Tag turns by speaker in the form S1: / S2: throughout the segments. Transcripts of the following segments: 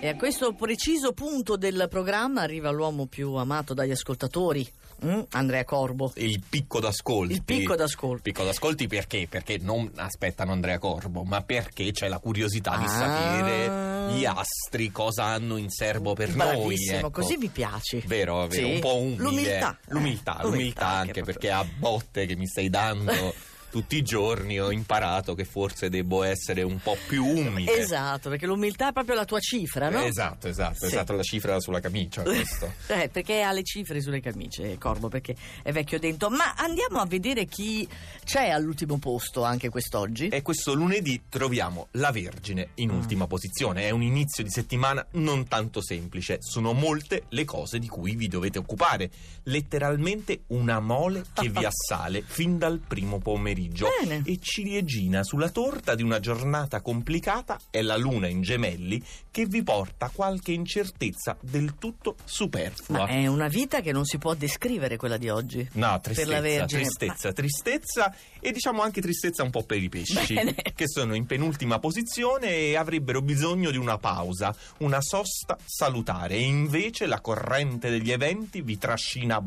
S1: E a questo preciso punto del programma arriva l'uomo più amato dagli ascoltatori, mm? Andrea Corbo.
S2: Il picco d'ascolti.
S1: Il picco d'ascolto.
S2: Il picco d'ascolti perché? Perché non aspettano Andrea Corbo, ma perché c'è la curiosità di
S1: Ah.
S2: sapere gli astri cosa hanno in serbo per noi.
S1: Bravissimo,
S2: ecco.
S1: così mi piace.
S2: Vero, vero,
S1: Sì.
S2: un po' umile.
S1: L'umiltà.
S2: L'umiltà,
S1: Eh,
S2: l'umiltà anche
S1: proprio.
S2: perché a botte che mi stai dando tutti i giorni ho imparato che forse devo essere un po' più umile.
S1: Esatto, perché l'umiltà è proprio la tua cifra, no?
S2: Esatto, esatto,
S1: Sì.
S2: esatto, la cifra sulla camicia questo.
S1: Eh, perché ha le cifre sulle camicie, Corbo, perché è vecchio dentro. Ma andiamo a vedere chi c'è all'ultimo posto anche quest'oggi.
S2: E questo lunedì troviamo la Vergine in
S1: Mm.
S2: ultima posizione. È un inizio di settimana non tanto semplice. Sono molte le cose di cui vi dovete occupare. Letteralmente una mole che vi assale fin dal primo pomeriggio.
S1: Bene.
S2: E ciliegina sulla torta di una giornata complicata è la luna in gemelli che vi porta qualche incertezza del tutto
S1: Ma
S2: superflua.
S1: è una vita che non si può descrivere quella di oggi.
S2: No, tristezza,
S1: la Vergine.
S2: tristezza, tristezza e diciamo anche tristezza un po' per i pesci
S1: Bene.
S2: che sono in penultima posizione e avrebbero bisogno di una pausa, una sosta salutare e invece la corrente degli eventi vi trascina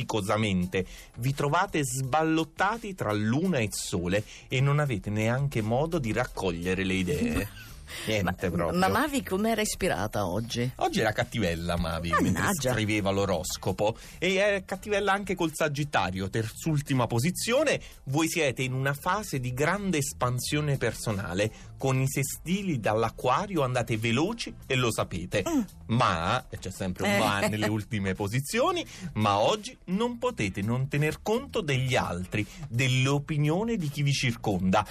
S2: vorticosamente, vi trovate sballottati tra luna e sole e non avete neanche modo di raccogliere le idee. Niente proprio.
S1: Ma Mavi com'era ispirata oggi?
S2: Oggi era cattivella Mavi mentre
S1: Ah, Mannaggia.
S2: scriveva l'oroscopo e è cattivella anche col Sagittario, terz'ultima posizione. Voi siete in una fase di grande espansione personale, con i sestili dall'acquario andate veloci e lo sapete. Ma, e c'è sempre un ma
S1: Mm. Eh.
S2: nelle ultime posizioni, ma oggi non potete non tener conto degli altri, dell'opinione di chi vi circonda.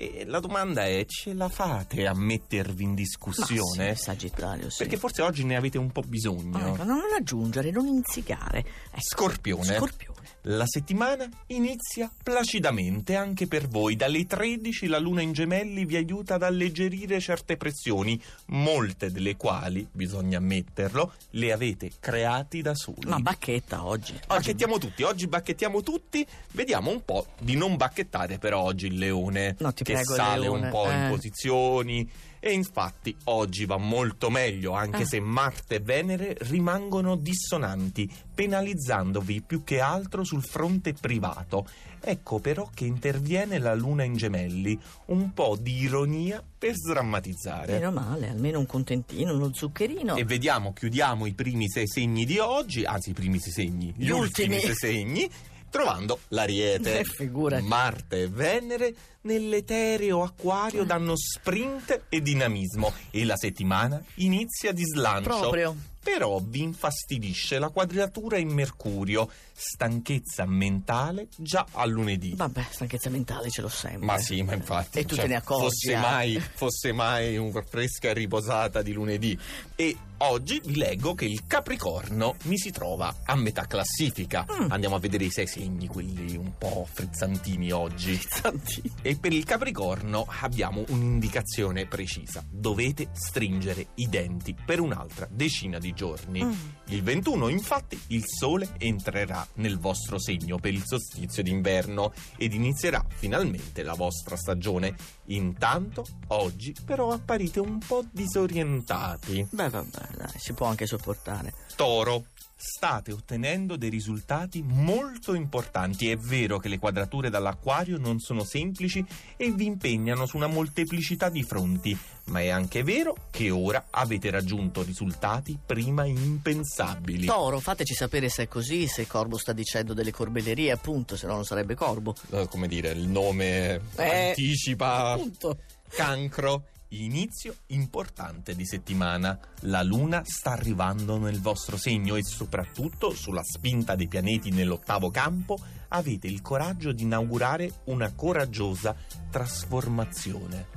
S2: E la domanda è, ce la fate a mettervi in
S1: Ma
S2: discussione?
S1: Ah, sì, Sagittario, sì.
S2: Perché forse oggi ne avete un po'
S1: Ah,
S2: bisogno.
S1: ecco, non aggiungere, non inzigare. Ecco.
S2: Scorpione.
S1: Scorpione.
S2: La settimana inizia placidamente anche per voi. Dalle 13 la luna in gemelli vi aiuta ad alleggerire certe pressioni, molte delle quali, bisogna ammetterlo, le avete creati da soli.
S1: Ma bacchetta oggi.
S2: Bacchettiamo tutti, oggi bacchettiamo tutti, vediamo un po' di non bacchettare però oggi il leone
S1: No, ti
S2: che
S1: prego,
S2: sale
S1: Leone,
S2: un po' in
S1: eh.
S2: posizioni e infatti oggi va molto meglio anche
S1: Eh.
S2: se Marte e Venere rimangono dissonanti, penalizzandovi più che altro sul fronte privato. Ecco però che interviene la luna in gemelli, un po' di ironia per sdrammatizzare.
S1: Meno male, almeno un contentino, uno zuccherino.
S2: E vediamo, chiudiamo i primi sei segni di oggi, anzi i primi sei segni, gli,
S1: Gli
S2: ultimi.
S1: ultimi
S2: sei segni, trovando l'ariete.
S1: Eh, figurati.
S2: Marte e Venere nell'etereo
S1: Mm.
S2: acquario danno sprint e dinamismo e la settimana inizia di slancio.
S1: Proprio.
S2: Però vi infastidisce la quadratura in Mercurio, stanchezza mentale già a lunedì.
S1: Vabbè, stanchezza mentale ce l'ho sempre.
S2: Ma sì, ma infatti.
S1: E tu
S2: cioè,
S1: te ne accorgi.
S2: Fosse
S1: eh.
S2: mai, fosse mai una fresca riposata di lunedì. E oggi vi leggo che il Capricorno mi si trova a metà classifica.
S1: Mm.
S2: Andiamo a vedere i sei segni, quelli un po' frizzantini oggi.
S1: Tanti.
S2: E per il Capricorno abbiamo un'indicazione precisa. Dovete stringere i denti per un'altra decina di giorni.
S1: Mm.
S2: Il 21, infatti, il Sole entrerà nel vostro segno per il solstizio d'inverno ed inizierà finalmente la vostra stagione. Intanto, oggi però apparite un po' disorientati.
S1: Beh, vabbè, dai, si può anche sopportare.
S2: Toro. State ottenendo dei risultati molto importanti. È vero che le quadrature dall'acquario non sono semplici e vi impegnano su una molteplicità di fronti, ma è anche vero che ora avete raggiunto risultati prima impensabili.
S1: Toro, fateci sapere se è così, se Corbo sta dicendo delle corbellerie, appunto, se no non sarebbe Corbo.
S2: Eh, come dire, il nome
S1: Eh,
S2: anticipa
S1: Appunto.
S2: cancro. Inizio importante di settimana. La luna sta arrivando nel vostro segno e soprattutto sulla spinta dei pianeti nell'ottavo campo avete il coraggio di inaugurare una coraggiosa trasformazione.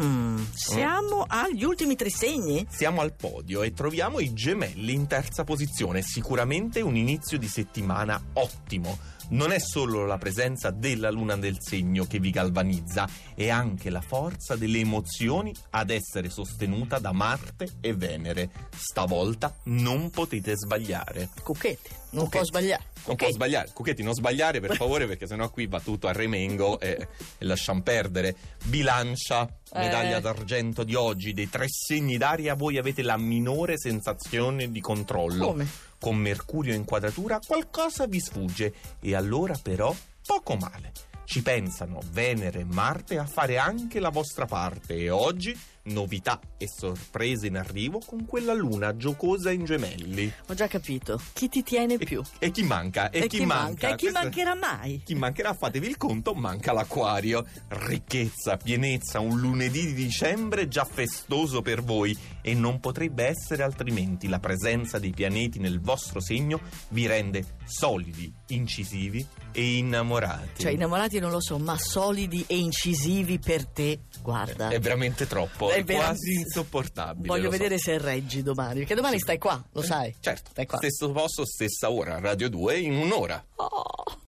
S1: Mm, siamo agli ultimi tre segni?
S2: Siamo al podio e troviamo i gemelli in terza posizione, sicuramente un inizio di settimana ottimo. Non è solo la presenza della luna del segno che vi galvanizza, è anche la forza delle emozioni ad essere sostenuta da Marte e Venere. Stavolta non potete sbagliare.
S1: Cucchetti, non
S2: Cucchetti.
S1: può sbagliare.
S2: Non
S1: Ok.
S2: può sbagliare, Cucchetti, non sbagliare per favore perché sennò qui va tutto a remengo e, e lasciamo perdere. Bilancia. medaglia
S1: Eh.
S2: d'argento di oggi, dei tre segni d'aria, voi avete la minore sensazione di controllo.
S1: Come?
S2: Con Mercurio in quadratura qualcosa vi sfugge e allora però poco male. Ci pensano Venere e Marte a fare anche la vostra parte e oggi novità e sorprese in arrivo con quella luna giocosa in gemelli.
S1: Ho già capito. Chi ti tiene
S2: E,
S1: più?
S2: e chi manca? E,
S1: chi manca? E chi
S2: Questo-
S1: mancherà mai?
S2: chi mancherà, fatevi il conto, manca l'acquario. Ricchezza, pienezza, un lunedì di dicembre già festoso per voi e non potrebbe essere altrimenti. La presenza dei pianeti nel vostro segno vi rende solidi, incisivi e innamorati.
S1: Cioè, innamorati non lo so, ma solidi e incisivi per te. Guarda.
S2: È veramente troppo, è,
S1: È vera-
S2: quasi insopportabile.
S1: Voglio
S2: lo so.
S1: vedere se reggi domani, perché domani stai qua, lo sai.
S2: Certo,
S1: Stai qua.
S2: stesso posto, stessa ora, Radio 2 in un'ora.
S1: Oh.